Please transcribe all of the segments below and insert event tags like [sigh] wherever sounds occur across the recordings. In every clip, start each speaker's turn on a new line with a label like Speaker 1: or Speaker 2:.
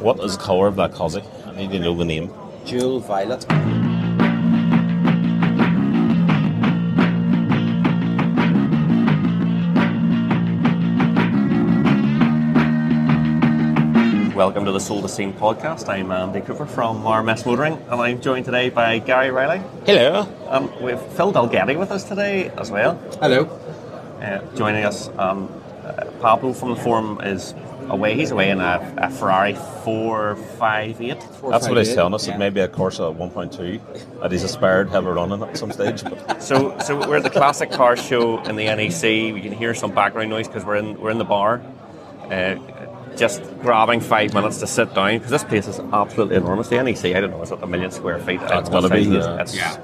Speaker 1: What is the colour of that cozy? I need to know the name.
Speaker 2: Jewel Violet.
Speaker 1: Welcome to the Soul to Scene podcast. I'm Andy Cooper from RMS Motoring, and I'm joined today by Gary Riley.
Speaker 2: Hello.
Speaker 1: Um, we have Phil Dalgetty with us today as well.
Speaker 2: Hello.
Speaker 1: Uh, joining us, um, uh, Pablo from the forum is away. He's away in a, a Ferrari 458. That's what he's
Speaker 2: 458,
Speaker 1: telling us.
Speaker 2: yeah.
Speaker 1: It may be a Corsa 1.2 that he's aspired to have a run in at some stage. [laughs] But. So, so we're at the Classic Car Show in the NEC. We can hear some background noise because we're in, we're in the bar. Uh, just grabbing five minutes to sit down because this place is absolutely enormous. The NEC, I don't know, it's at a million square feet. I don't know
Speaker 3: gotta
Speaker 1: what size
Speaker 3: be,
Speaker 1: it is.
Speaker 3: yeah.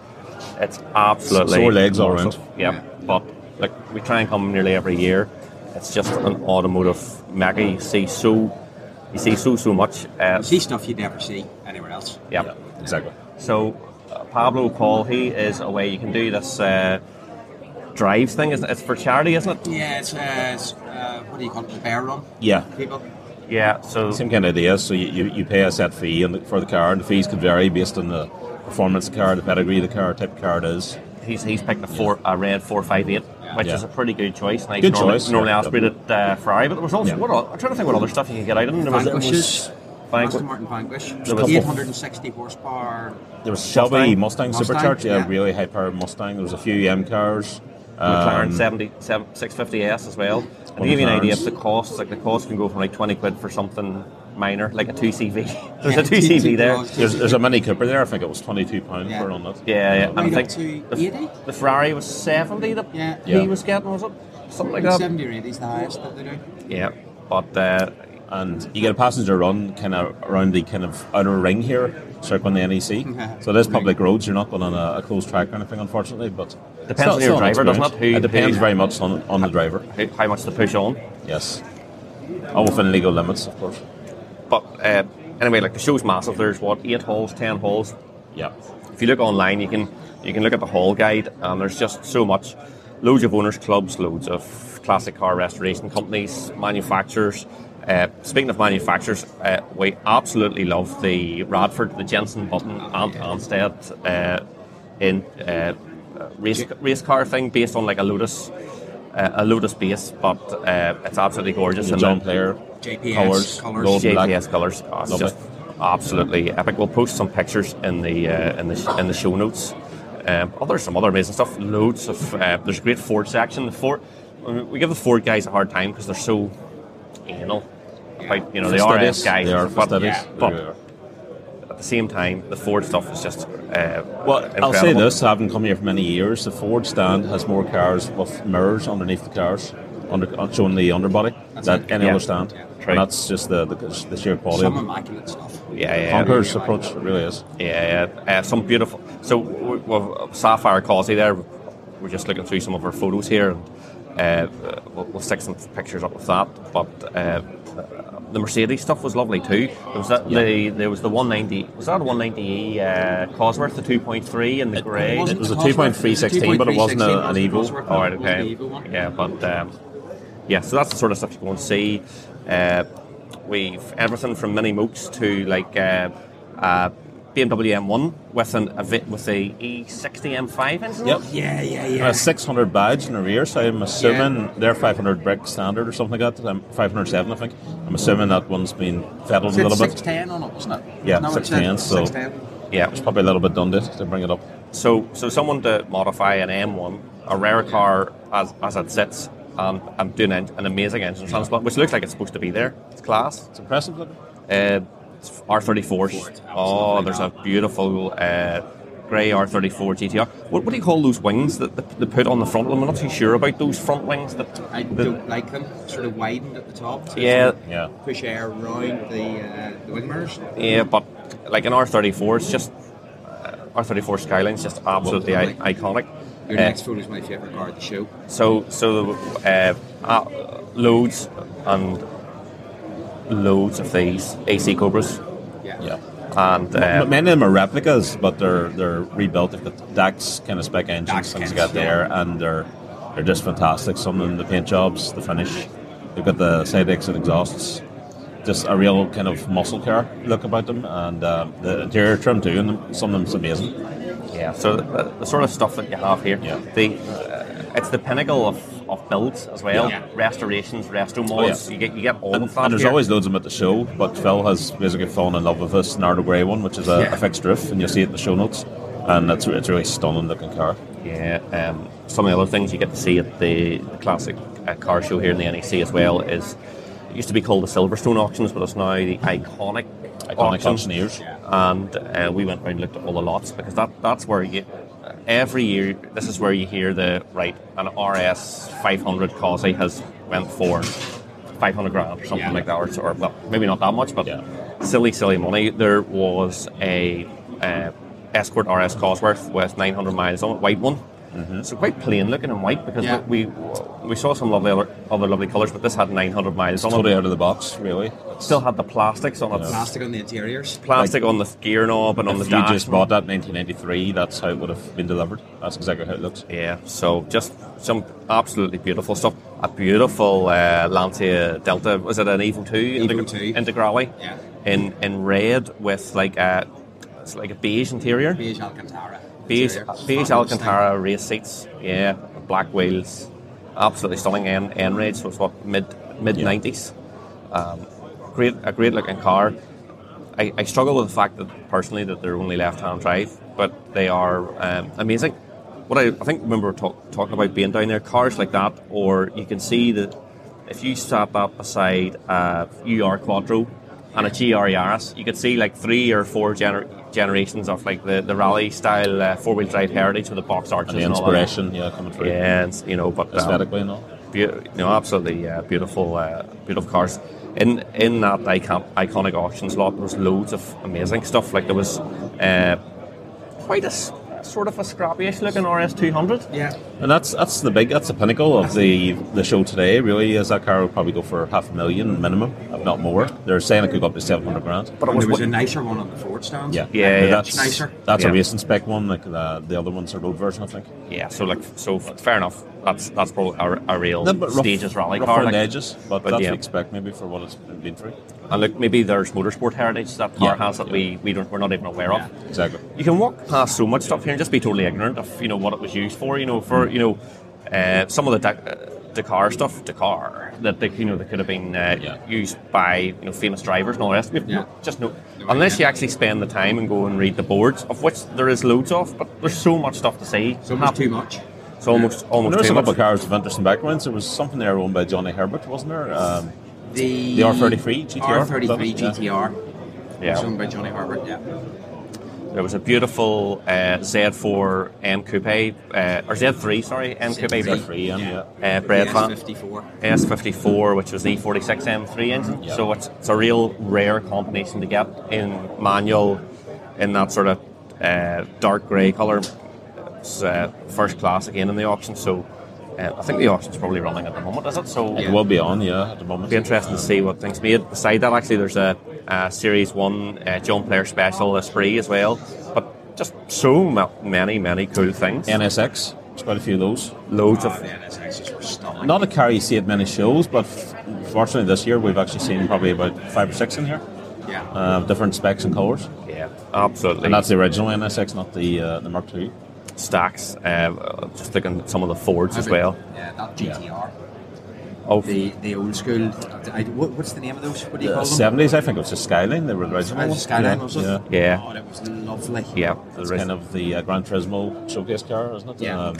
Speaker 1: It's, it's absolutely
Speaker 3: Sore legs all
Speaker 1: massive.
Speaker 3: round.
Speaker 1: Yeah, but like we try and come nearly every year. It's just an automotive mega. You see so, you see so so much. Uh,
Speaker 2: You see stuff you'd never see anywhere else.
Speaker 1: yeah.
Speaker 3: Exactly.
Speaker 1: So uh, Pablo Paul, he is away. You can do this uh, drives thing. It's, it's for charity, isn't it?
Speaker 2: Yeah, it's, uh, it's uh, what do you call it? The bear run.
Speaker 3: Yeah.
Speaker 2: People.
Speaker 1: Yeah. So
Speaker 3: Same kind of idea. So you, you, you pay a set fee and for the car, and the fees could vary based on the performance of the car, the pedigree of the car, type of car it is.
Speaker 1: he's he's picked a four a red four five eight, which
Speaker 3: Yeah.
Speaker 1: is a pretty good choice. Nice
Speaker 3: Good
Speaker 1: normally,
Speaker 3: choice,
Speaker 1: Normally
Speaker 3: yeah.
Speaker 1: aspirated uh, Ferrari, but there was also
Speaker 3: Yeah.
Speaker 1: what al- I'm trying to think what other stuff you can get out of them. There was, there was
Speaker 2: Vanquishes.
Speaker 1: Vanqu-
Speaker 2: Aston Martin Vanquish.
Speaker 3: was-
Speaker 2: 860 horsepower.
Speaker 3: There was Shelby
Speaker 2: Mustang?
Speaker 3: Mustang,
Speaker 2: Mustang,
Speaker 3: supercharged, yeah,
Speaker 2: yeah.
Speaker 3: really high powered Mustang. There was a few M cars.
Speaker 1: McLaren
Speaker 3: Um,
Speaker 1: 70, 650S as well. And to
Speaker 3: Well,
Speaker 1: give you an
Speaker 3: McLarens.
Speaker 1: idea of the costs, like the cost can go from like 20 quid for something minor, like a 2CV. [laughs] There's
Speaker 2: Yeah,
Speaker 1: a 2CV there.
Speaker 2: €2CV.
Speaker 3: There's, there's a Mini Cooper there. I think it was twenty two pound
Speaker 2: Yeah.
Speaker 3: for on that.
Speaker 1: Yeah, yeah. And
Speaker 2: Right
Speaker 1: I
Speaker 2: up
Speaker 1: think
Speaker 2: to
Speaker 1: the,
Speaker 2: 80?
Speaker 1: the Ferrari was 70 that
Speaker 2: Yeah.
Speaker 1: he
Speaker 3: Yeah.
Speaker 1: was getting, was it? Something like
Speaker 2: Like
Speaker 1: that.
Speaker 2: 70 or 80 is the highest that they do.
Speaker 1: Yeah. But uh,
Speaker 3: and you get a passenger run kind of around the kind of outer ring here, circling the NEC. so it is public roads. You're not going on a, a closed track or anything, unfortunately. But
Speaker 1: Depends
Speaker 3: it's not-
Speaker 1: on
Speaker 3: it's
Speaker 1: your
Speaker 3: not an
Speaker 1: driver, doesn't
Speaker 3: experience.
Speaker 1: it? Who-
Speaker 3: it depends
Speaker 1: who-
Speaker 3: very much on on the driver.
Speaker 1: how, how much to push on.
Speaker 3: Yes, all within legal limits, of course.
Speaker 1: But uh, anyway, like the show's massive. There's what, eight halls, 10 halls,
Speaker 3: Yeah,
Speaker 1: if you look online, you can you can look at the hall guide, and there's just so much. Loads of owners' clubs, loads of classic car restoration companies, manufacturers. Uh, speaking of manufacturers, uh, we absolutely love the Radford, the Jensen Button, and Anstead uh, in uh, race race car thing based on like a Lotus. Uh, a Lotus base, but uh, it's absolutely gorgeous.
Speaker 3: the
Speaker 1: And
Speaker 3: John
Speaker 1: the-
Speaker 3: Player
Speaker 2: JPS
Speaker 3: colours,
Speaker 2: colours.
Speaker 3: gold and black.
Speaker 1: JPS colours. Oh, it's
Speaker 3: Lovely.
Speaker 1: just absolutely epic. We'll post some pictures in the uh, in the sh- in the show notes. Um, oh, there's some other amazing stuff. Loads of uh, there's a great Ford section. The Ford we give the Ford guys a hard time because they're so anal. About, you know they are
Speaker 3: Fastidious.
Speaker 1: RS guys,
Speaker 3: They are
Speaker 1: but,
Speaker 3: fastidious.
Speaker 1: yeah,
Speaker 3: They
Speaker 1: but
Speaker 3: really are.
Speaker 1: at the same time, the Ford stuff is just uh,
Speaker 3: Well, I'll say
Speaker 1: incredible.
Speaker 3: this: having come here for many years, the Ford stand has more cars with mirrors underneath the cars, under, uh, showing the underbody, than
Speaker 2: it.
Speaker 3: any
Speaker 1: Yeah.
Speaker 3: other stand.
Speaker 2: Yeah.
Speaker 1: True.
Speaker 3: And that's just the, the, the sheer quality.
Speaker 2: Some
Speaker 3: of
Speaker 2: immaculate stuff.
Speaker 1: Yeah, yeah, yeah.
Speaker 3: Conqueror's approach, it really is.
Speaker 1: Yeah, yeah. Uh, some beautiful. So we- we've Sapphire Causey there. We're just looking through some of her photos here, and uh, we'll, we'll stick some pictures up with that. But uh, the Mercedes stuff was lovely too. There was that the there was the 190. Was that a 190 uh, Cosworth, the 2.3 in the grey?
Speaker 3: wasn't- It was a
Speaker 2: Cosworth,
Speaker 3: 2.316, but it wasn't a-
Speaker 2: 2.316,
Speaker 3: an evil.
Speaker 2: Cosworth,
Speaker 1: All right,
Speaker 2: it was an
Speaker 1: okay.
Speaker 2: evil one.
Speaker 1: Yeah, but um, yeah, so that's the sort of stuff you can see. Uh, we've everything from mini moocs to like uh, uh, BMW M1 with an a vi- with a E E60 M5 engine.
Speaker 3: Yep.
Speaker 2: Yeah, yeah,
Speaker 3: And
Speaker 2: yeah.
Speaker 3: a 600 badge in the rear, so I'm assuming they're 500 brick standard or something like that. Um, 507, I think. I'm assuming that one's been
Speaker 2: It
Speaker 3: fettled a
Speaker 2: said
Speaker 3: little bit.
Speaker 2: 610 on it, wasn't it?
Speaker 3: Yeah,
Speaker 2: No, it said
Speaker 3: 610, so-
Speaker 2: 610.
Speaker 1: Yeah.
Speaker 3: It's probably a little bit done to, to bring it up.
Speaker 1: So so someone to modify an M1, a rare car as as it sits. Um, I'm doing an, an amazing engine transplant, which looks like it's supposed to be there. It's class.
Speaker 3: It's impressive. Look.
Speaker 1: Uh, it's R34s. Oh, there's a beautiful uh, grey R34 GTR. What, what do you call those wings that they, they put on the front of them? I'm not too sure about those front wings. That
Speaker 2: I don't like them. Sort of widened at the top. to
Speaker 1: Yeah.
Speaker 3: Yeah.
Speaker 2: Push air around the uh, the wing mirrors.
Speaker 1: yeah, but like an R34 is just uh, R34 Skyline's just absolutely I- iconic.
Speaker 2: Your
Speaker 1: Uh,
Speaker 2: next photo is my favorite car at the show.
Speaker 1: So, so uh, uh, loads and loads of these AC Cobras,
Speaker 2: Yeah.
Speaker 3: Yeah.
Speaker 1: and uh,
Speaker 3: But many of them are replicas, but they're they're rebuilt. They've got DAX kind of spec engines,
Speaker 2: DAX
Speaker 3: things
Speaker 2: cans,
Speaker 3: got there, and they're they're just fantastic. Some of them, the paint jobs, the finish. They've got the side exit exhausts. just a real kind of muscle car look about them, and uh, the interior trim too, and some of them's amazing.
Speaker 1: Yeah, so the, the sort of stuff that you have here,
Speaker 3: Yeah.
Speaker 1: the uh, it's the pinnacle of, of builds as well.
Speaker 2: Yeah.
Speaker 1: Restorations, resto mods,
Speaker 3: Oh, yeah.
Speaker 1: you get you get all
Speaker 3: And,
Speaker 1: of that.
Speaker 3: and there's
Speaker 1: here.
Speaker 3: always loads of them at the show, but Phil has basically fallen in love with this Nardo Grey one, which is a,
Speaker 2: Yeah.
Speaker 3: a fixed roof, and you'll see it in the show notes. And it's, it's a really stunning looking car.
Speaker 1: Yeah, um, some of the other things you get to see at the, the classic uh, car show here in the NEC as well is it used to be called the Silverstone auctions, but it's now the iconic
Speaker 3: Iconic
Speaker 1: auction.
Speaker 3: auctioneers.
Speaker 1: And uh, we went around and looked at all the lots because that, that's where you every year this is where you hear the right an RS 500 Cosy has went for 500 grand or something
Speaker 2: Yeah.
Speaker 1: like that, or, or well, maybe not that much, but
Speaker 3: Yeah.
Speaker 1: silly, silly money. There was a uh, Escort RS Cosworth with 900 miles on it, white one.
Speaker 3: Mm-hmm.
Speaker 1: So quite plain looking and white because
Speaker 2: Yeah.
Speaker 1: we we saw some lovely other, other lovely colours, but this had 900 miles on
Speaker 3: Totally
Speaker 1: it.
Speaker 3: out of the box, really. It's-
Speaker 1: Still had the plastics on it,
Speaker 2: Plastic on the interiors.
Speaker 1: plastic on the gear knob and on the
Speaker 3: if you
Speaker 1: dash.
Speaker 3: just bought that in 1993, that's how it would have been delivered. That's exactly how it looks.
Speaker 1: Yeah, so just some absolutely beautiful stuff. A beautiful uh, Lancia Delta. Was it an Evo Two?
Speaker 2: Evo 2.
Speaker 1: Integrale.
Speaker 2: Yeah.
Speaker 1: In in red with like a it's like a beige interior.
Speaker 2: Beige Alcantara.
Speaker 1: Beige, uh,
Speaker 2: interior.
Speaker 1: beige
Speaker 2: Fabulous
Speaker 1: Alcantara race seats. Yeah, black wheels. Absolutely stunning. And and red. So it's what mid mid
Speaker 3: Yeah.
Speaker 1: nineties. Um, great a great looking car. I, I struggle with the fact that personally that they're only left-hand drive, but they are um, amazing. What I, I think remember talk, talking about being down there, cars like that, or you can see that if you sat that beside a UR Quattro and a GR Yaris, you could see like three or four gener- generations of like the, the rally style uh, four-wheel drive heritage with the box arches
Speaker 3: And
Speaker 1: and,
Speaker 3: the
Speaker 1: all that.
Speaker 3: inspiration, yeah, coming through.
Speaker 1: Yeah, and, you know, but um,
Speaker 3: Aesthetically and all.
Speaker 1: Beau- you know, absolutely uh, beautiful, uh, beautiful cars. In in that icon, iconic auctions lot, there was loads of amazing stuff. Like there was uh, quite a s- sort of a scrappyish looking RS two hundred.
Speaker 2: thing. Yeah.
Speaker 3: And that's that's the big that's the pinnacle of the the show today. Really, is that car would probably go for half a million minimum, if not more. They're saying it could go up to seven hundred grand.
Speaker 1: But it
Speaker 2: And
Speaker 1: was,
Speaker 2: there was a nicer one on the Ford stand.
Speaker 3: Yeah,
Speaker 1: Yeah, yeah.
Speaker 3: that's
Speaker 2: Nicer.
Speaker 3: That's
Speaker 1: Yeah.
Speaker 3: a racing spec one. Like the, the other one's a road version, I think.
Speaker 1: yeah. So like so f- fair enough. That's that's probably a, a real
Speaker 3: A bit rough-
Speaker 1: stages rally
Speaker 3: rough
Speaker 1: car.
Speaker 3: around
Speaker 1: like.
Speaker 3: the edges, but,
Speaker 1: but
Speaker 3: that's
Speaker 1: yeah.
Speaker 3: what you expect maybe for what it's been through.
Speaker 1: And look, maybe there's motorsport heritage that car
Speaker 3: Yeah,
Speaker 1: has that
Speaker 3: yeah.
Speaker 1: we, we don't we're not even aware of.
Speaker 2: Yeah.
Speaker 3: Exactly.
Speaker 1: you can walk past so much stuff here and just be totally ignorant of you know what it was used for. You know, for you know, uh, some of the Da- uh, Dakar stuff, Dakar that they, you know that could have been uh,
Speaker 3: Yeah.
Speaker 1: used by you know famous drivers and all the rest. We have
Speaker 2: Yeah.
Speaker 1: no, just no,
Speaker 2: No
Speaker 1: unless
Speaker 2: idea.
Speaker 1: you actually spend the time and go and read the boards, of which there is loads of. But there's so much stuff to see.
Speaker 2: It's almost too much.
Speaker 1: It's almost
Speaker 3: And
Speaker 1: almost
Speaker 3: there was
Speaker 1: too
Speaker 3: a couple
Speaker 1: much.
Speaker 3: of cars with interesting backgrounds. There was something there owned by Johnny Herbert, wasn't there? Um,
Speaker 2: The,
Speaker 3: The R33 GTR,
Speaker 2: R33
Speaker 3: is that it?
Speaker 2: GTR. It's
Speaker 1: Yeah,
Speaker 2: owned by Johnny Herbert, yeah.
Speaker 1: there was a beautiful uh, Z4 M Coupe uh, or Z3, sorry, M Coupe.
Speaker 2: Z3.
Speaker 1: but-
Speaker 3: free, um, yeah.
Speaker 1: Uh, Brad Van-
Speaker 2: S54.
Speaker 1: S54, which E was the E46 M3 engine.
Speaker 3: Yeah.
Speaker 1: So it's, it's a real rare combination to get in manual, in that sort of uh, dark grey colour. It's uh, first class again in the auction. So uh, I think the auction's probably running at the moment, is it? So
Speaker 3: It will be on, yeah, at the moment.
Speaker 1: be interesting to see what things made. Beside that, actually, there's a, a Series 1 uh, John Player Special Esprit as well. But just so ma- many, many cool things.
Speaker 3: NSX. There's quite a few of those.
Speaker 1: Loads
Speaker 2: Oh,
Speaker 1: of
Speaker 2: the NSXs were stunning.
Speaker 3: Not a car you see at many shows, but fortunately this year we've actually seen probably about five or six in here,
Speaker 2: yeah.
Speaker 3: uh, different specs and colours.
Speaker 1: yeah, absolutely.
Speaker 3: And that's the original NSX, not the uh, the Mark II.
Speaker 1: stacks. Uh, just looking at some of the Fords as well.
Speaker 2: Yeah, that GTR.
Speaker 1: Oh,
Speaker 2: The the old school. I, what, what's the name of those? What do you
Speaker 3: The
Speaker 2: call them?
Speaker 3: Uh, seventies, I think it was the Skyline. They were the original.
Speaker 2: Uh,
Speaker 3: one.
Speaker 2: Skyline,
Speaker 3: yeah.
Speaker 2: was it?
Speaker 3: Yeah.
Speaker 1: Yeah.
Speaker 2: Oh, that was lovely.
Speaker 1: yeah,
Speaker 3: It's
Speaker 1: the
Speaker 3: kind of the uh, Gran Turismo showcase car, isn't it? Um,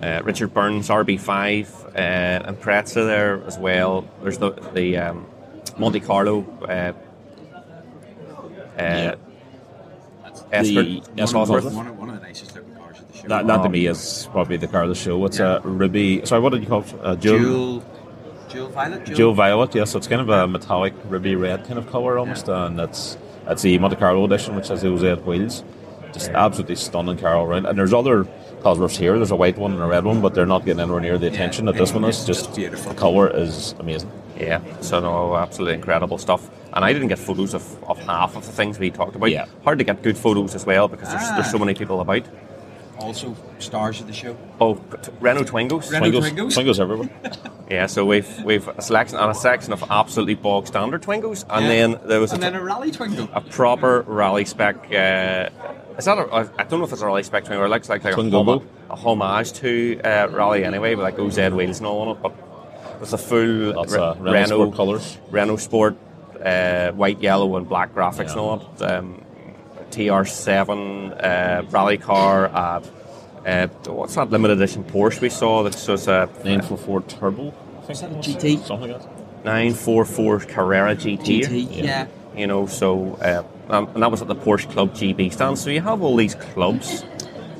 Speaker 2: Yeah.
Speaker 1: uh, Richard Burns RB5 uh, and Prezza there as well. There's the the um, Monte Carlo. Uh, uh, Escort,
Speaker 3: The Escort
Speaker 1: Cosworth.
Speaker 3: Cosworth.
Speaker 2: One, of, one of the nicest looking cars at the show.
Speaker 3: that, that to me is probably the car of the show. It's a ruby. Sorry, what did you call it? Uh, Jewel, Jewel,
Speaker 2: Jewel. Jewel Violet? Jewel,
Speaker 3: Violet. Yeah, so it's kind of a metallic ruby red kind of color almost, and that's that's the Monte Carlo edition, which has those red wheels. Just absolutely stunning car all around. And there's other Cosworths here. There's a white one and a red one, but they're not getting anywhere near the attention that this one is.
Speaker 2: it's
Speaker 3: Just
Speaker 2: just beautiful.
Speaker 3: the color is amazing.
Speaker 1: Yeah, so no, absolutely incredible stuff. And I didn't get photos of, of half of the things we talked about.
Speaker 3: Yeah.
Speaker 1: Hard to get good photos as well because there's,
Speaker 2: Ah.
Speaker 1: there's so many people about.
Speaker 2: also stars of the show.
Speaker 1: Oh, t- Renault Twingos.
Speaker 2: Renault-
Speaker 3: Twingos,
Speaker 2: Twingos? [laughs]
Speaker 3: Twingos everywhere.
Speaker 1: Yeah, so we've we've a selection and a section of absolutely bog standard Twingos, and
Speaker 2: Yeah.
Speaker 1: then there was a
Speaker 2: and then a rally twingo.
Speaker 1: a proper rally spec. Uh, is that a, I don't know if it's a rally spec twingo. It looks like, like a,
Speaker 3: Twingo.
Speaker 1: homo- a homage to uh, rally anyway, with like OZ wheels and all on it. But it's a full
Speaker 3: That's
Speaker 1: Re-
Speaker 3: uh, Renault Sport colours.
Speaker 1: Renault Sport, uh, white, yellow, and black graphics and
Speaker 3: Yeah.
Speaker 1: all that. Um, TR7 uh, rally car. Uh, uh, what's that limited edition Porsche we saw? That's just a
Speaker 3: 944 Turbo. I think
Speaker 2: Is that
Speaker 3: it
Speaker 2: a
Speaker 3: was,
Speaker 2: GT?
Speaker 3: Something like that.
Speaker 1: 944 Carrera
Speaker 2: GT, yeah.
Speaker 1: you know so uh, um, and that was at the Porsche Club GB stand so you have all these clubs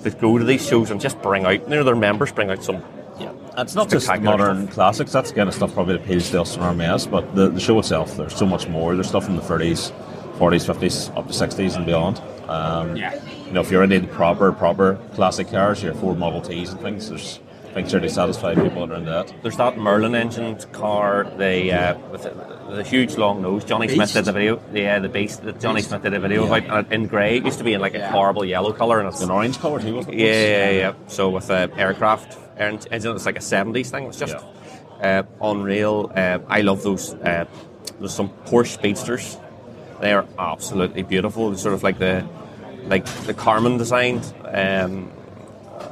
Speaker 1: that go to these shows and just bring out you know, their members bring out some
Speaker 3: Yeah, it's not just
Speaker 1: Spectacular
Speaker 3: modern classics. That's kind of stuff probably that appeals to us in our mess. But the, the show itself, there's so much more. There's stuff from the 30s, 40s, 50s, up to 60s and beyond. Um,
Speaker 2: Yeah.
Speaker 3: You know, if you're into the proper, proper classic cars, your Ford Model Ts and things, there's things there to satisfy people that are into that.
Speaker 1: there's that Merlin engined car the uh, with the, the huge long nose Johnny Smith
Speaker 2: Beast.
Speaker 1: did the video yeah the beast that Johnny
Speaker 2: Beast.
Speaker 1: Smith did a video
Speaker 3: Yeah.
Speaker 1: about and in grey it used to be in like a
Speaker 2: Yeah.
Speaker 1: horrible yellow colour and it's
Speaker 3: An orange colour too, wasn't it?
Speaker 1: Yeah, yeah, yeah. So with uh, aircraft en- engine, it's like a seventies thing. It's just uh, unreal. Uh, I love those. Uh, there's some Porsche Speedsters. They are absolutely beautiful. They're sort of like the like the Carmen designed um,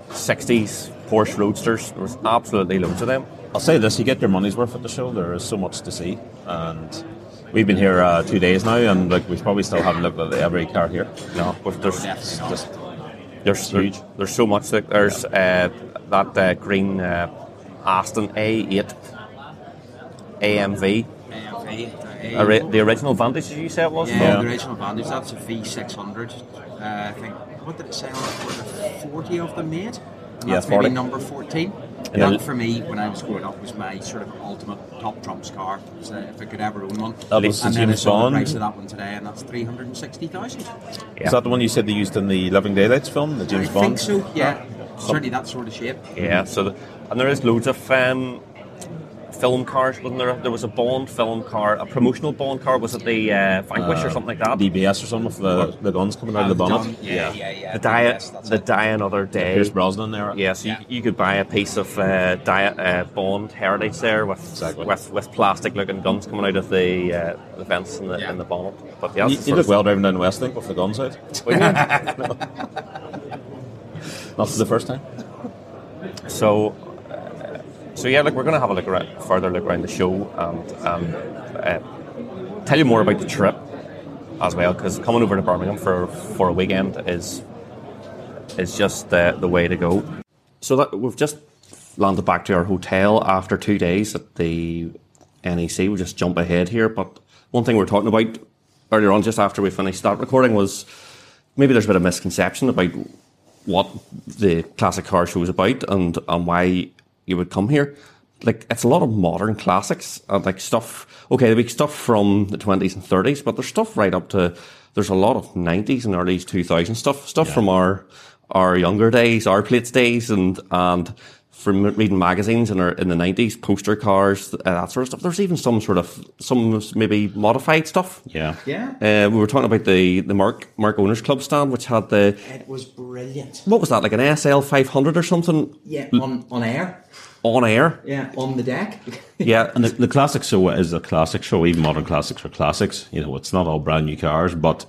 Speaker 1: '60s Porsche Roadsters. There was absolutely loads of them.
Speaker 3: I'll say this: you get your money's worth at the show. There is so much to see, and we've been here uh, two days now, and like we probably still haven't looked at every car here.
Speaker 1: No, but there's
Speaker 2: Definitely not.
Speaker 3: Just
Speaker 1: There's there-
Speaker 3: Huge.
Speaker 1: there's so much that there's uh, that uh, green uh, Aston A8 AMV.
Speaker 2: AFA,
Speaker 1: Ori- the original Vantage, as you say it was.
Speaker 2: Yeah,
Speaker 3: Yeah.
Speaker 2: the original bandage. That's a V600. Uh, I think. What did it say on it? Was it 40 of them made? And
Speaker 3: Yeah,
Speaker 2: that's
Speaker 3: 40.
Speaker 2: maybe number 14. And
Speaker 3: Yeah.
Speaker 2: that for me, when I was growing up, was my sort of ultimate top trumps car. Was, uh, if I could ever own one.
Speaker 3: That was the
Speaker 2: and then I
Speaker 3: James
Speaker 2: saw
Speaker 3: Bond.
Speaker 2: the price of that one today, and that's 360,000.
Speaker 1: Yeah.
Speaker 3: Is that the one you said they used in the Living Daylights film, the James
Speaker 2: I
Speaker 3: Bond?
Speaker 2: think so. Yeah, certainly that sort of shape.
Speaker 1: Yeah, so the, and there is loads of um, film cars, wasn't there? There was a Bond film car, a promotional Bond car, was it the uh, Vanquish or something like that? The,
Speaker 3: DBS or something with the, the guns coming out of the
Speaker 1: Uh,
Speaker 3: bonnet.
Speaker 2: Um, Yeah, yeah, yeah.
Speaker 1: Die,
Speaker 2: Yes, that's
Speaker 1: the
Speaker 2: it.
Speaker 1: Die Another Day.
Speaker 3: Pierce Brosnan there.
Speaker 1: yeah, so
Speaker 2: Yeah.
Speaker 1: You, you could buy a piece of uh, die, uh, Bond heritage there with
Speaker 3: Exactly.
Speaker 1: with, with plastic looking guns coming out of the, uh, the vents in the, in the bonnet. But yeah,
Speaker 3: You,
Speaker 1: it's
Speaker 3: you
Speaker 1: sort
Speaker 3: look
Speaker 1: of-
Speaker 3: well driving down Westlink with the guns out. [laughs] Not for the first time.
Speaker 1: So, uh, so yeah, look, we're going to have a look around, further look around the show and um, uh, tell you more about the trip as well, because coming over to Birmingham for for a weekend is is just uh, the way to go. So that we've just landed back to our hotel after two days at the NEC. We'll just jump ahead here, but one thing we were talking about earlier on, just after we finished that recording, was maybe there's a bit of misconception about what the classic car show is about and, and why you would come here. Like it's a lot of modern classics and like stuff. Okay, there'll be stuff from the twenties and thirties, but there's stuff right up to. There's a lot of nineties and early two thousand stuff. Stuff from our our younger days, our plates days, and and from reading magazines in, our, in the nineties, poster cars, uh, that sort of stuff. There's even some sort of some maybe modified stuff.
Speaker 3: Yeah.
Speaker 2: Yeah.
Speaker 1: Uh, we were talking about the the Mark Mark Owners Club stand, which had the
Speaker 2: It was brilliant.
Speaker 1: what was that like an SL five hundred or something
Speaker 2: Yeah,
Speaker 3: Hmm.
Speaker 2: on, on air.
Speaker 1: on air?
Speaker 3: [laughs]
Speaker 2: Yeah, on the deck.
Speaker 1: Yeah,
Speaker 3: And the, the classic show is a classic show. Even modern classics are classics. You know, it's not all brand new cars, but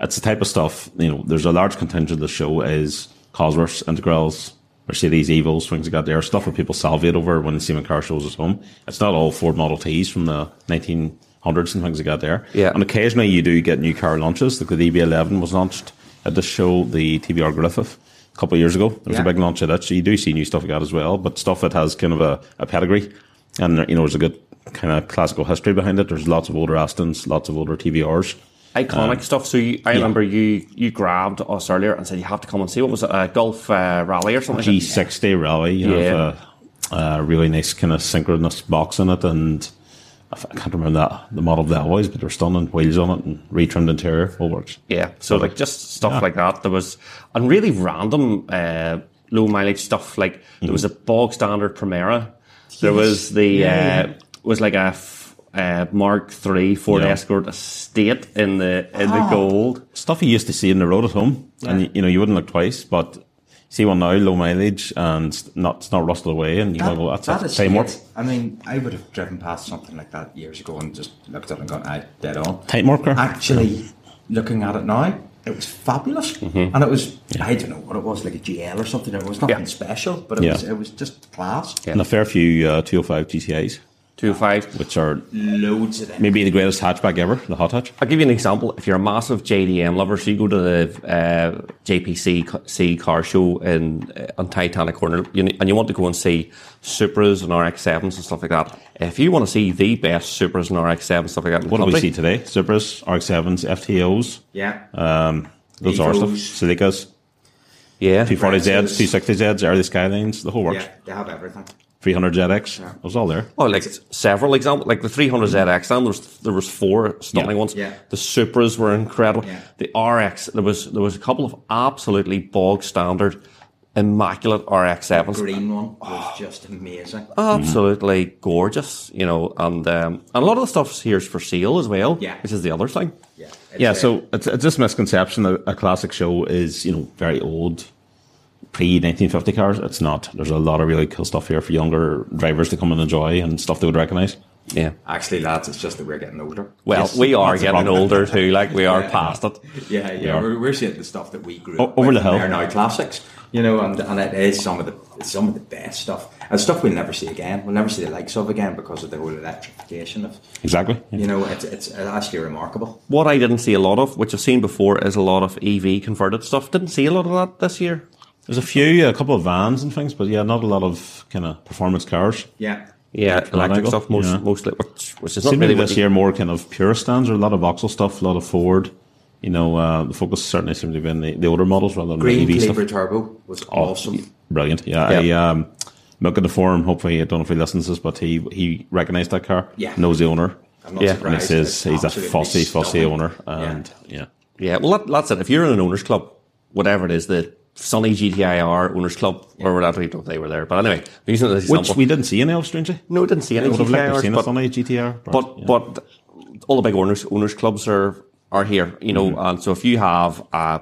Speaker 3: it's the type of stuff. You know, there's a large contingent of the show is Cosworths, Integrals, Mercedes Evos, things like that. There stuff that people salivate over when they see them in car shows at home. It's not all Ford Model Ts from the 1900s and things like that. There,
Speaker 1: Yeah.
Speaker 3: And occasionally you do get new car launches. Like the EB11 was launched at the show, the TBR Griffith. A couple of years ago, there was a
Speaker 2: Yeah.
Speaker 3: big launch of that. So you do see new stuff like that as well, but stuff that has kind of a, a pedigree and you know there's a good kind of classical history behind it. There's lots of older Astons, lots of older TVRs. Uh,
Speaker 1: iconic stuff. So you, I remember you you grabbed us earlier and said you have to come and see what was it a golf uh, rally or something.
Speaker 3: G60 Rally, you
Speaker 1: Yeah.
Speaker 3: have a, a really nice kind of synchronous box in it, and I f- I can't remember that the model that was, but they're stunning wheels on it and retrimmed interior, all works.
Speaker 1: Yeah, so like just stuff like that. There was and really random uh, low mileage stuff. Like there was a
Speaker 3: Mm-hmm.
Speaker 1: bog standard Primera. There was the uh, was like a f- uh, Mark III Ford
Speaker 3: Yeah. Ah.
Speaker 1: Escort Estate in the in the gold.
Speaker 3: stuff you used to see in the road at home, and you know you wouldn't look twice, but see one now, low mileage, and it's not it's not rusted away, and you
Speaker 4: That-
Speaker 3: might go, Oh, that's
Speaker 4: that
Speaker 3: a
Speaker 4: is
Speaker 3: Timor.
Speaker 4: great. I mean, I would have driven past something like that years ago and just looked at it and gone, I dead on.
Speaker 3: Timor car.
Speaker 4: Actually, looking at it now, it was fabulous,
Speaker 3: Mm-hmm.
Speaker 4: and it was I don't know what it was, like a GL or something. It was nothing
Speaker 1: Yeah.
Speaker 4: special, but it
Speaker 3: Yeah.
Speaker 4: was it was just class.
Speaker 3: And a fair few uh, 205 GTIs,
Speaker 1: Two five.
Speaker 3: which are
Speaker 4: Loads of them.
Speaker 3: maybe the greatest hatchback ever, the hot hatch.
Speaker 1: I'll give you an example. If you're a massive JDM lover, so you go to the uh, JPC co- C car show in uh, on Titanic Corner, you, ne- and you want to go and see Supras and RX-7s and stuff like that. If you want to see the best Supras and RX-7s and stuff like that, in the
Speaker 3: What do we
Speaker 1: country,
Speaker 3: see today? Supras, RX7s, FTOs,
Speaker 4: Yeah,
Speaker 3: um, those are stuff, Celicas,
Speaker 1: Yeah,
Speaker 3: 240Zs, 260Zs, early Skylines, the whole works.
Speaker 4: yeah, they have everything.
Speaker 3: 300ZX, it was all there.
Speaker 1: Well, Oh, like several examples, like the 300 ZX, and there was there was four stunning
Speaker 3: Yeah.
Speaker 1: ones.
Speaker 4: Yeah.
Speaker 1: The Supras were incredible.
Speaker 4: Yeah.
Speaker 1: The RX, there was there was a couple of absolutely bog standard, immaculate RX sevens,
Speaker 4: Green one was just amazing.
Speaker 1: absolutely gorgeous, you know. And um, and a lot of the stuff here is for sale as well,
Speaker 4: Yeah.
Speaker 1: which is the other thing.
Speaker 4: Yeah,
Speaker 3: yeah,
Speaker 4: it's, uh,
Speaker 3: so it's, it's this misconception that a classic show is, you know, very old, pre 1950 cars. It's not. There's a lot of really cool stuff here for younger drivers to come and enjoy and stuff they would recognize.
Speaker 1: Yeah.
Speaker 4: actually, lads, it's just that we're getting older.
Speaker 1: Well,
Speaker 3: Yes,
Speaker 1: we are
Speaker 3: that's the
Speaker 1: getting
Speaker 3: problem.
Speaker 1: older too. Like we are
Speaker 4: Yeah.
Speaker 1: past it.
Speaker 4: Yeah, yeah,
Speaker 3: Yeah.
Speaker 4: We're, we're seeing the stuff that we grew
Speaker 3: O-
Speaker 4: up
Speaker 3: over
Speaker 4: with
Speaker 3: the hill.
Speaker 4: They're now classics, you know, and, and it is some of the it's some of the best stuff and stuff we'll never see again. We'll never see the likes of again because of the whole electrification of.
Speaker 3: Exactly.
Speaker 4: You know, it's it's actually remarkable.
Speaker 1: What I didn't see a lot of, which I've seen before, is a lot of EV converted stuff. Didn't see a lot of that this year.
Speaker 3: There's a few, a couple of vans and things, but yeah, not a lot of kind of performance cars.
Speaker 4: Yeah,
Speaker 1: Yeah, electric
Speaker 3: Monaco,
Speaker 1: stuff most,
Speaker 3: yeah.
Speaker 1: mostly, which, which is
Speaker 3: It's
Speaker 1: not
Speaker 3: really
Speaker 1: really what
Speaker 3: this
Speaker 1: you-
Speaker 3: year more kind of pure stands, or a lot of Vauxhall stuff, a lot of Ford. You know, uh, the focus certainly seems to be in the, the older models rather than
Speaker 4: green
Speaker 3: the EV
Speaker 4: Cleaver
Speaker 3: stuff. Oh,
Speaker 4: turbo was awesome.
Speaker 3: Brilliant. Yeah. I, um, Milk in the forum, hopefully, I don't know if he listens to this, but he, he recognized that car,
Speaker 4: Yeah.
Speaker 3: knows the owner.
Speaker 4: I'm not
Speaker 1: Yeah, and
Speaker 3: And
Speaker 4: surprised.
Speaker 3: he says
Speaker 4: It's
Speaker 3: he's a
Speaker 4: absolutely
Speaker 3: fussy, fussy
Speaker 4: stunning.
Speaker 3: owner. And yeah.
Speaker 1: Yeah, well, that, that's it. If you're in an owners club, whatever it is, the Sunny GTIR owners club, or whatever, I don't know if they were there. But anyway, I'm using it as an
Speaker 3: Which
Speaker 1: example.
Speaker 3: we didn't see any of, strangely.
Speaker 1: no, I didn't see any
Speaker 3: I would have liked to have seen
Speaker 1: GTIRs,
Speaker 3: us
Speaker 1: but,
Speaker 3: on a GTR.
Speaker 1: but,
Speaker 3: yeah.
Speaker 1: but all the big owners owners clubs are are here, you know.
Speaker 4: Mm-hmm.
Speaker 1: And so if you have a,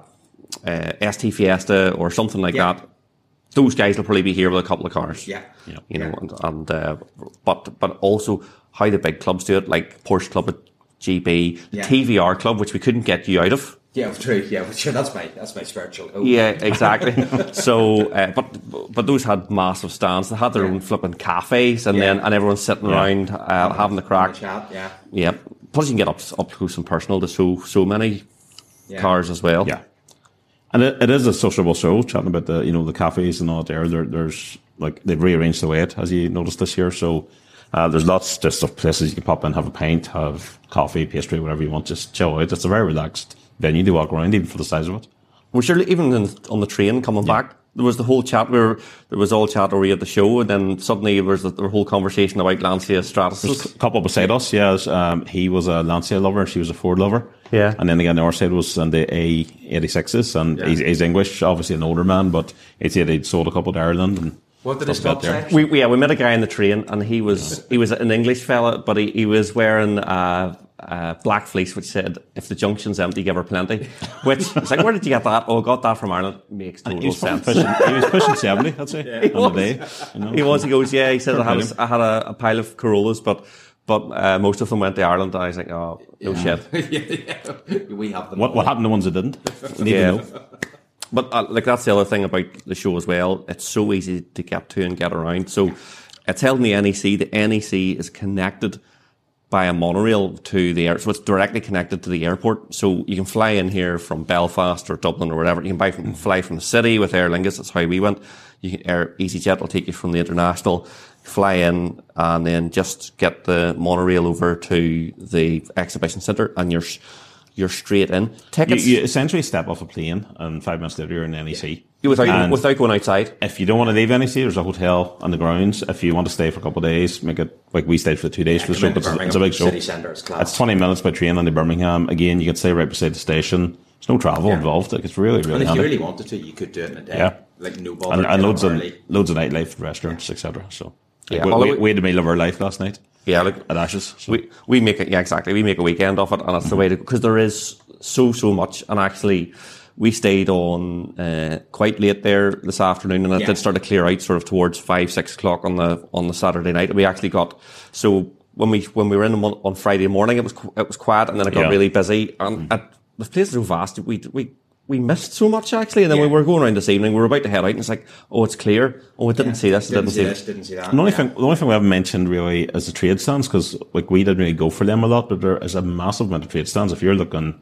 Speaker 1: a ST Fiesta or something like
Speaker 4: Yeah.
Speaker 1: that, those guys will probably be here with a couple of cars.
Speaker 4: Yeah.
Speaker 3: Yeah.
Speaker 1: you know, and, and uh, but but also how the big clubs do it, like Porsche Club at GB, the
Speaker 4: Yeah.
Speaker 1: TVR Club, which we couldn't get you out of.
Speaker 4: Yeah, true. Yeah, well, sure. That's my that's my spiritual. Oh,
Speaker 1: Yeah, [laughs] exactly.
Speaker 4: [laughs]
Speaker 1: so, uh, but but those had massive stands. They had their
Speaker 4: Yeah.
Speaker 1: own flipping cafes, and then
Speaker 4: Yeah.
Speaker 1: and everyone's sitting around uh, having the crack.
Speaker 4: chat. Yeah,
Speaker 1: Yeah. Plus, you can get up up close and personal to so so many
Speaker 4: yeah.
Speaker 1: cars as well.
Speaker 3: Yeah, and it, it is a sociable show. Chatting about the you know the cafes and all that there. there there's like they've rearranged the way it as you noticed this year. So uh, there's lots just of places you can pop in, have a pint, have coffee, pastry, whatever you want. Just chill out. It's a very relaxed venue to walk around, even for the size of it.
Speaker 1: Well, surely even in, on the train coming back, there was the whole chat where there was all chat already at the show, and then suddenly there was the, the whole conversation about Lancia Stratus.
Speaker 3: A couple beside us, yes. Um, he was a Lancia lover, and she was a Ford lover.
Speaker 1: Yeah.
Speaker 3: And then again, our side was on the A eighty sixes, and he's, he's English, obviously an older man, but he's he sold a couple to Ireland. And
Speaker 4: What did it
Speaker 3: stuff out
Speaker 4: stop
Speaker 3: there.
Speaker 4: say?
Speaker 1: We, we- yeah, we met a guy in the train, and he was he was an English fella, but he, he was wearing a, a black fleece, which said "If the junction's empty, give her plenty." Which it's like, where did you get that? Oh, got that from Ireland. Makes
Speaker 3: [laughs] He
Speaker 1: total
Speaker 3: was, probably
Speaker 1: sense.
Speaker 3: pushing, he was pushing seventy, I'd say, on the day. You know?
Speaker 1: He was. He goes, yeah. He said I had,
Speaker 3: Brilliant.
Speaker 1: a, I had a, a pile of Corollas, but but uh, most of them went to Ireland, and I was like, oh, no shit.
Speaker 4: yeah, yeah. We have them.
Speaker 3: What what happened to the ones that didn't? We need to
Speaker 1: Yeah.
Speaker 3: know.
Speaker 1: But uh, like that's the other thing about the show as well. It's so easy to get to and get around. So it's held in the NEC. The NEC is connected by a monorail to the air, so it's directly connected to the airport. So you can fly in here from Belfast or Dublin or whatever. You can buy
Speaker 3: Mm.
Speaker 1: from, fly from the city with Aer Lingus. That's how we went. You can, Air EasyJet will take you from the international, fly in, and then just get the monorail over to the exhibition centre, and you're s- you're straight in.
Speaker 3: You,
Speaker 1: Tickets
Speaker 3: you essentially step off a plane, and five minutes later you're in NEC.
Speaker 1: without
Speaker 3: And
Speaker 1: without going outside.
Speaker 3: if you don't want to leave NEC, there's a hotel on the grounds. If you want to stay for a couple of days, make it like we stayed for two days for the show. But
Speaker 4: into
Speaker 3: it's, it's a
Speaker 4: Birmingham
Speaker 3: big show.
Speaker 4: City centre, it's class.
Speaker 3: It's 20 minutes by train into Birmingham. Again, you can stay right beside the station. There's no travel involved. Like it's really
Speaker 4: And
Speaker 3: really
Speaker 4: if you
Speaker 3: handy.
Speaker 4: really wanted to, you could do it in a day.
Speaker 3: Yeah.
Speaker 4: Like no bother.
Speaker 3: and,
Speaker 4: get
Speaker 3: and
Speaker 4: up
Speaker 3: loads of
Speaker 4: early.
Speaker 3: loads of nightlife, restaurants, etc. So like,
Speaker 1: Yeah,
Speaker 3: we,
Speaker 1: although
Speaker 3: we,
Speaker 1: we-
Speaker 3: we had the meal of our life last night
Speaker 1: Yeah, look,
Speaker 3: at Ashes. So.
Speaker 1: we we make it. Yeah, exactly. We make a weekend of it, and that's the way to because there is so so much. And actually, we stayed on uh, quite late there this afternoon, and it
Speaker 2: Yeah.
Speaker 1: did start to clear out sort of towards five, six o'clock on the on the Saturday night. And we actually got so when we when we were in on, on Friday morning, it was qu- it was quiet, and then it got
Speaker 3: Yeah.
Speaker 1: really busy. And at, the place is so vast, we we. We missed so much actually, and then we
Speaker 2: Yeah.
Speaker 1: were going around this evening. We were about to head out, and it's like, oh, it's clear. Oh, it didn't see this. It
Speaker 4: Didn't
Speaker 1: didn't
Speaker 4: see
Speaker 1: see
Speaker 4: this,
Speaker 1: that.
Speaker 4: didn't see that.
Speaker 3: The only
Speaker 4: yeah.
Speaker 3: thing, the only thing we haven't mentioned really is the trade stands because like we didn't really go for them a lot, but there is a massive amount of trade stands. If you're looking,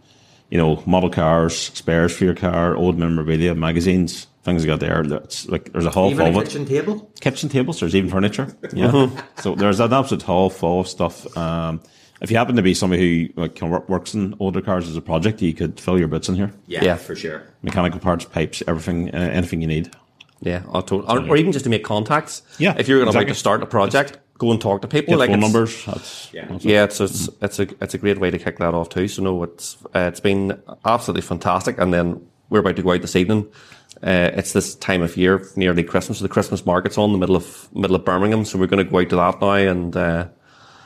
Speaker 3: you know, model cars, spares for your car, old memorabilia, magazines, things you got there. That's like there's a whole
Speaker 4: Even
Speaker 3: full
Speaker 4: a
Speaker 3: of it.
Speaker 4: kitchen table.
Speaker 3: Kitchen tables, there's even furniture. Yeah, [laughs] so there's an absolute whole full of stuff. Um, if you happen to be somebody who like can work, works in older cars as a project, you could fill your bits in here.
Speaker 4: Yeah,
Speaker 1: Yeah.
Speaker 4: for sure.
Speaker 3: Mechanical parts, pipes, everything, uh, anything you need.
Speaker 1: Yeah, or, to, or, or even just to make contacts.
Speaker 3: Yeah,
Speaker 1: if you're going
Speaker 3: exactly.
Speaker 1: to start a project, go and talk to people.
Speaker 3: Get phone
Speaker 1: it's-
Speaker 3: numbers. That's,
Speaker 4: Yeah.
Speaker 3: that's it.
Speaker 1: Yeah, it's it's, it's a it's a great way to kick that off too. So no, it's uh, it's been absolutely fantastic. And then we're about to go out this evening. Uh, it's this time of year, nearly Christmas. So the Christmas market's on in the middle of middle of Birmingham, so we're going to go out to that now and uh,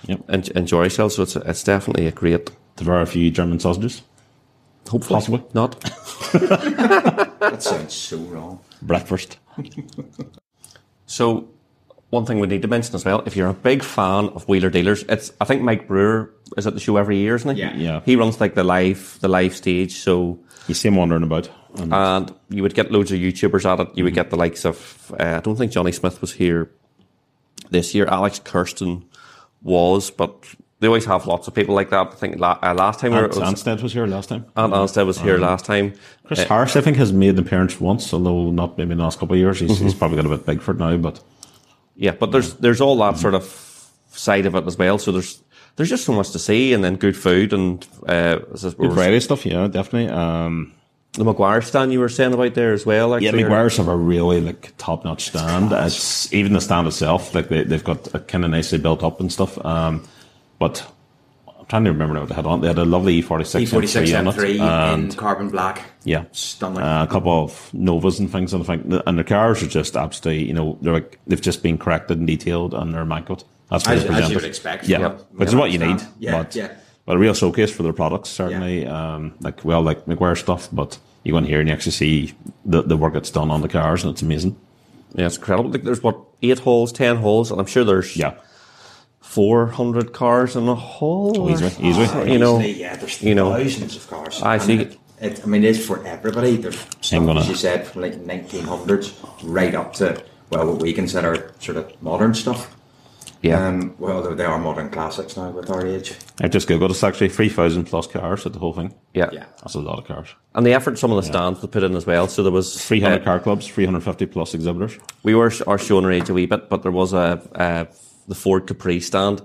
Speaker 3: Yep.
Speaker 1: en- enjoy ourselves. So it's it's definitely a great.
Speaker 3: There are a few German sausages.
Speaker 1: Hopefully,
Speaker 3: Possibly.
Speaker 1: not.
Speaker 4: That sounds so wrong.
Speaker 3: Breakfast.
Speaker 1: So, one thing we need to mention as well, if you're a big fan of Wheeler Dealers, it's I think Mike Brewer is at the show every year, isn't he?
Speaker 4: Yeah.
Speaker 3: Yeah.
Speaker 1: He runs like the live the live stage, so
Speaker 3: You see him wandering about. And
Speaker 1: and you would get loads of YouTubers at it. You would
Speaker 3: Mm-hmm.
Speaker 1: get the likes of uh, I don't think Johnny Smith was here this year. Alex Kirsten was, but they always have lots of people like that. I think la- uh, last time we were,
Speaker 3: Ant
Speaker 1: it was, Uh,
Speaker 3: Anstead was here last time.
Speaker 1: Ant Anstead was here last time.
Speaker 3: Chris Harris, I think, has made an appearance once, although not maybe in the last couple of years. He's, he's probably got a bit big for it now, but
Speaker 1: yeah, but there's there's all
Speaker 3: Mm-hmm.
Speaker 1: that sort of side of it as well. So there's there's just so much to see, and then good food and uh, as I
Speaker 3: good
Speaker 1: was-
Speaker 3: variety stuff, yeah, definitely. Um,
Speaker 1: the McGuire stand you were saying about there as well. Actually,
Speaker 3: yeah, McGuire's have a really like top notch stand. It's even the stand itself, like they, they've got a kind of nicely built up and stuff. Um, but I'm trying to remember what they had on. They had a lovely E46
Speaker 4: E forty six
Speaker 3: M3 on
Speaker 4: M
Speaker 3: it. Uh,
Speaker 4: three in carbon black.
Speaker 3: Yeah.
Speaker 4: Stunning.
Speaker 3: Uh, a couple of Novas and things, and I think, and their cars are just absolutely, you know, they're like they've just been corrected and detailed, and they're mangled. That's what
Speaker 4: As-
Speaker 3: they're
Speaker 4: as you would
Speaker 3: presented.
Speaker 4: expect
Speaker 3: yeah,
Speaker 4: from a-
Speaker 3: which is
Speaker 4: from a
Speaker 3: what you
Speaker 4: stand.
Speaker 3: need.
Speaker 4: Yeah,
Speaker 3: but,
Speaker 4: yeah.
Speaker 3: But a real showcase for their products, certainly. Um, like well, like McGuire stuff, but you go in here and you actually see the the work that's done on the cars, and it's amazing.
Speaker 1: yeah, it's incredible. Like, there's what eight holes, ten holes, and I'm sure there's
Speaker 3: Yeah,
Speaker 1: four hundred cars in a hole.
Speaker 3: Oh, easily,
Speaker 1: or-
Speaker 3: easily.
Speaker 1: you know,
Speaker 4: Easily, yeah, there's
Speaker 1: you know.
Speaker 4: thousands of cars.
Speaker 1: I
Speaker 4: And
Speaker 1: see.
Speaker 4: It, it, I mean, it's for everybody. There's stuff,
Speaker 3: gonna-
Speaker 4: as you said, from like 1900s right up to, well, what we consider sort of modern stuff.
Speaker 1: Yeah.
Speaker 4: Um, well, they- they are modern classics now with our age.
Speaker 3: I just googled it's actually three thousand plus cars at the whole thing.
Speaker 1: yeah,
Speaker 4: Yeah.
Speaker 3: That's a lot of cars.
Speaker 1: and the effort some of the stands they put in as well. So there was
Speaker 3: Three hundred
Speaker 1: uh,
Speaker 3: car clubs, three hundred fifty plus exhibitors.
Speaker 1: we were sh- are showing our age a wee bit, but there was a, uh the Ford Capri stand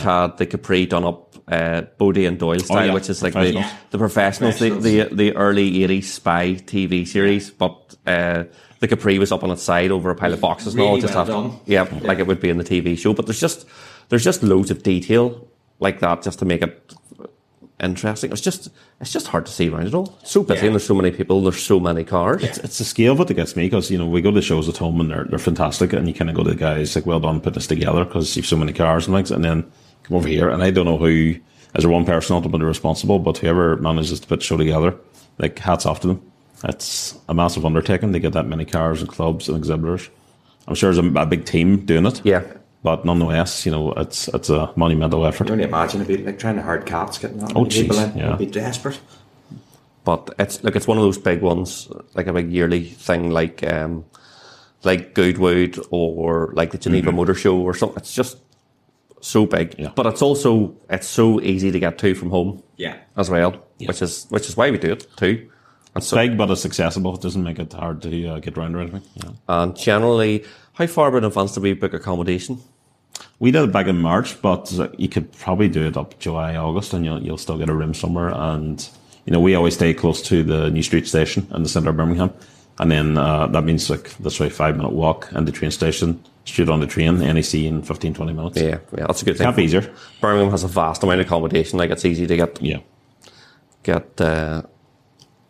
Speaker 3: Yeah. Oh,
Speaker 1: had the Capri done up uh, Bodie and Doyle style,
Speaker 3: yeah,
Speaker 1: which is like
Speaker 3: professionals.
Speaker 1: the the professionals, the, the the early '80s spy TV series, but. Uh, the Capri was up on its side over a pile of boxes and all.
Speaker 4: Really
Speaker 1: Just
Speaker 4: well
Speaker 1: have,
Speaker 4: done.
Speaker 1: Yeah, like it would be in the TV show. But there's just there's just loads of detail like that just to make it interesting. It's just it's just hard to see around at all. It's so busy
Speaker 4: Yeah.
Speaker 1: and there's so many people. There's so many cars.
Speaker 3: it's the scale of it that gets me because you know we go to shows at home and they're, they're fantastic and you kind of go to the guys like well done putting this together because you've so many cars and things and then come over here and I don't know who as there one person ultimately responsible but whoever manages to put the show together like hats off to them it's a massive undertaking to get that many cars and clubs and exhibitors I'm sure there's a, a big team doing it
Speaker 1: Yeah.
Speaker 3: but nonetheless you know it's it's a monumental effort
Speaker 4: You only imagine it'd be like trying to hard cats getting that
Speaker 3: Oh,
Speaker 4: many people
Speaker 3: jeez,
Speaker 4: in.
Speaker 3: yeah.
Speaker 4: You'd be desperate.
Speaker 1: but it's like it's one of those big ones, like a big yearly thing, like um, like Goodwood or like the Geneva Motor Show or something. It's just so big,
Speaker 3: Yeah.
Speaker 1: but it's also it's so easy to get to from home
Speaker 4: Yeah.
Speaker 1: as well, which is which is why we do it too. And so,
Speaker 3: big but it's accessible it doesn't make it hard to uh, get around or anything yeah.
Speaker 1: and generally, how far in advance do we book accommodation?
Speaker 3: We did it back in March, but uh, you could probably do it up July, August, and you'll, you'll still get a room somewhere. And, you know, we always stay close to the New Street Station in the centre of Birmingham. And then uh, that means like that's right, five minute walk and the train station, straight on the train, NEC in 15, 20 minutes.
Speaker 1: Yeah, yeah, that's a good thing.
Speaker 3: Can't be easier.
Speaker 1: Birmingham has a vast amount of accommodation; like it's easy to get
Speaker 3: Yeah.
Speaker 1: get uh,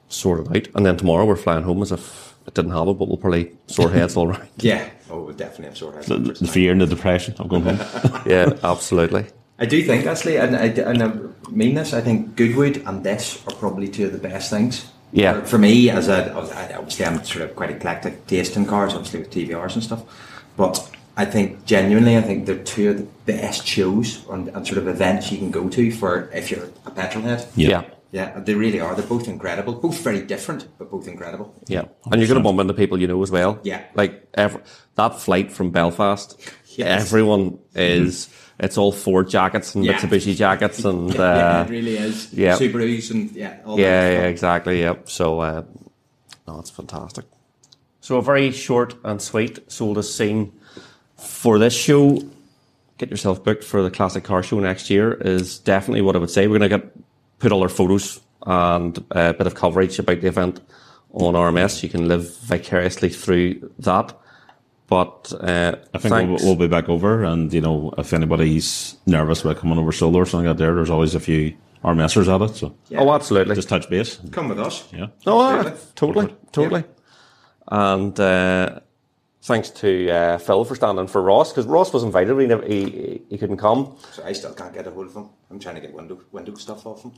Speaker 1: sorted out. And then tomorrow we're flying home as if it didn't happen, but we'll probably sore heads all right.
Speaker 4: Yeah. Oh, we'll definitely have sore heads.
Speaker 3: The, the fear and the depression of going home.
Speaker 1: Yeah, absolutely.
Speaker 4: I do think, actually, and I, and I mean this, I think Goodwood and this are probably two of the best things
Speaker 1: Yeah.
Speaker 4: For, for me, as a I- obviously I'm sort of quite eclectic taste in cars, obviously with TVRs and stuff, but I think genuinely I think they're two of the best shows and, and sort of events you can go to for if you're a petrolhead.
Speaker 1: Yeah.
Speaker 4: Yeah, they really are. They're both incredible. Both very different, but both incredible.
Speaker 1: Yeah, and you're going to bump into people you know as well.
Speaker 4: Yeah.
Speaker 1: like ev that flight from Belfast,
Speaker 4: Yes.
Speaker 1: everyone is. It's all Ford jackets and
Speaker 4: Yeah.
Speaker 1: Mitsubishi jackets, and
Speaker 4: [laughs] Yeah,
Speaker 1: uh,
Speaker 4: it really is.
Speaker 1: yeah.
Speaker 4: Subarus and yeah, all
Speaker 1: yeah, yeah,
Speaker 4: that.
Speaker 1: exactly. Yep. So, uh, no, it's fantastic. So, a very short and sweet sold us scene for this show. Get yourself booked for the classic car show next year is definitely what I would say. We're going to get put all our photos and a bit of coverage about the event on RMS. You can live vicariously through that. But uh,
Speaker 3: I think we'll,
Speaker 1: thanks.
Speaker 3: we'll be back over, and you know, if anybody's nervous about coming over solo or something like that, there, there's always a few RMSers at it. So
Speaker 4: Yeah.
Speaker 1: oh, absolutely.
Speaker 3: just touch base.
Speaker 4: Come with us.
Speaker 3: Yeah.
Speaker 1: No,
Speaker 4: Absolutely.
Speaker 1: uh, totally, totally. And uh, thanks to uh, Phil for standing for Ross because Ross was invited, but he, never, he he couldn't come.
Speaker 4: So I still can't get a hold of them. I'm trying to get window window stuff off them.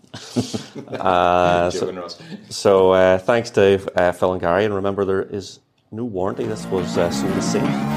Speaker 4: [laughs] Joking, Ross.
Speaker 1: So uh, thanks to uh, Phil and Gary, and remember there is no warranty. This was uh, soon to see.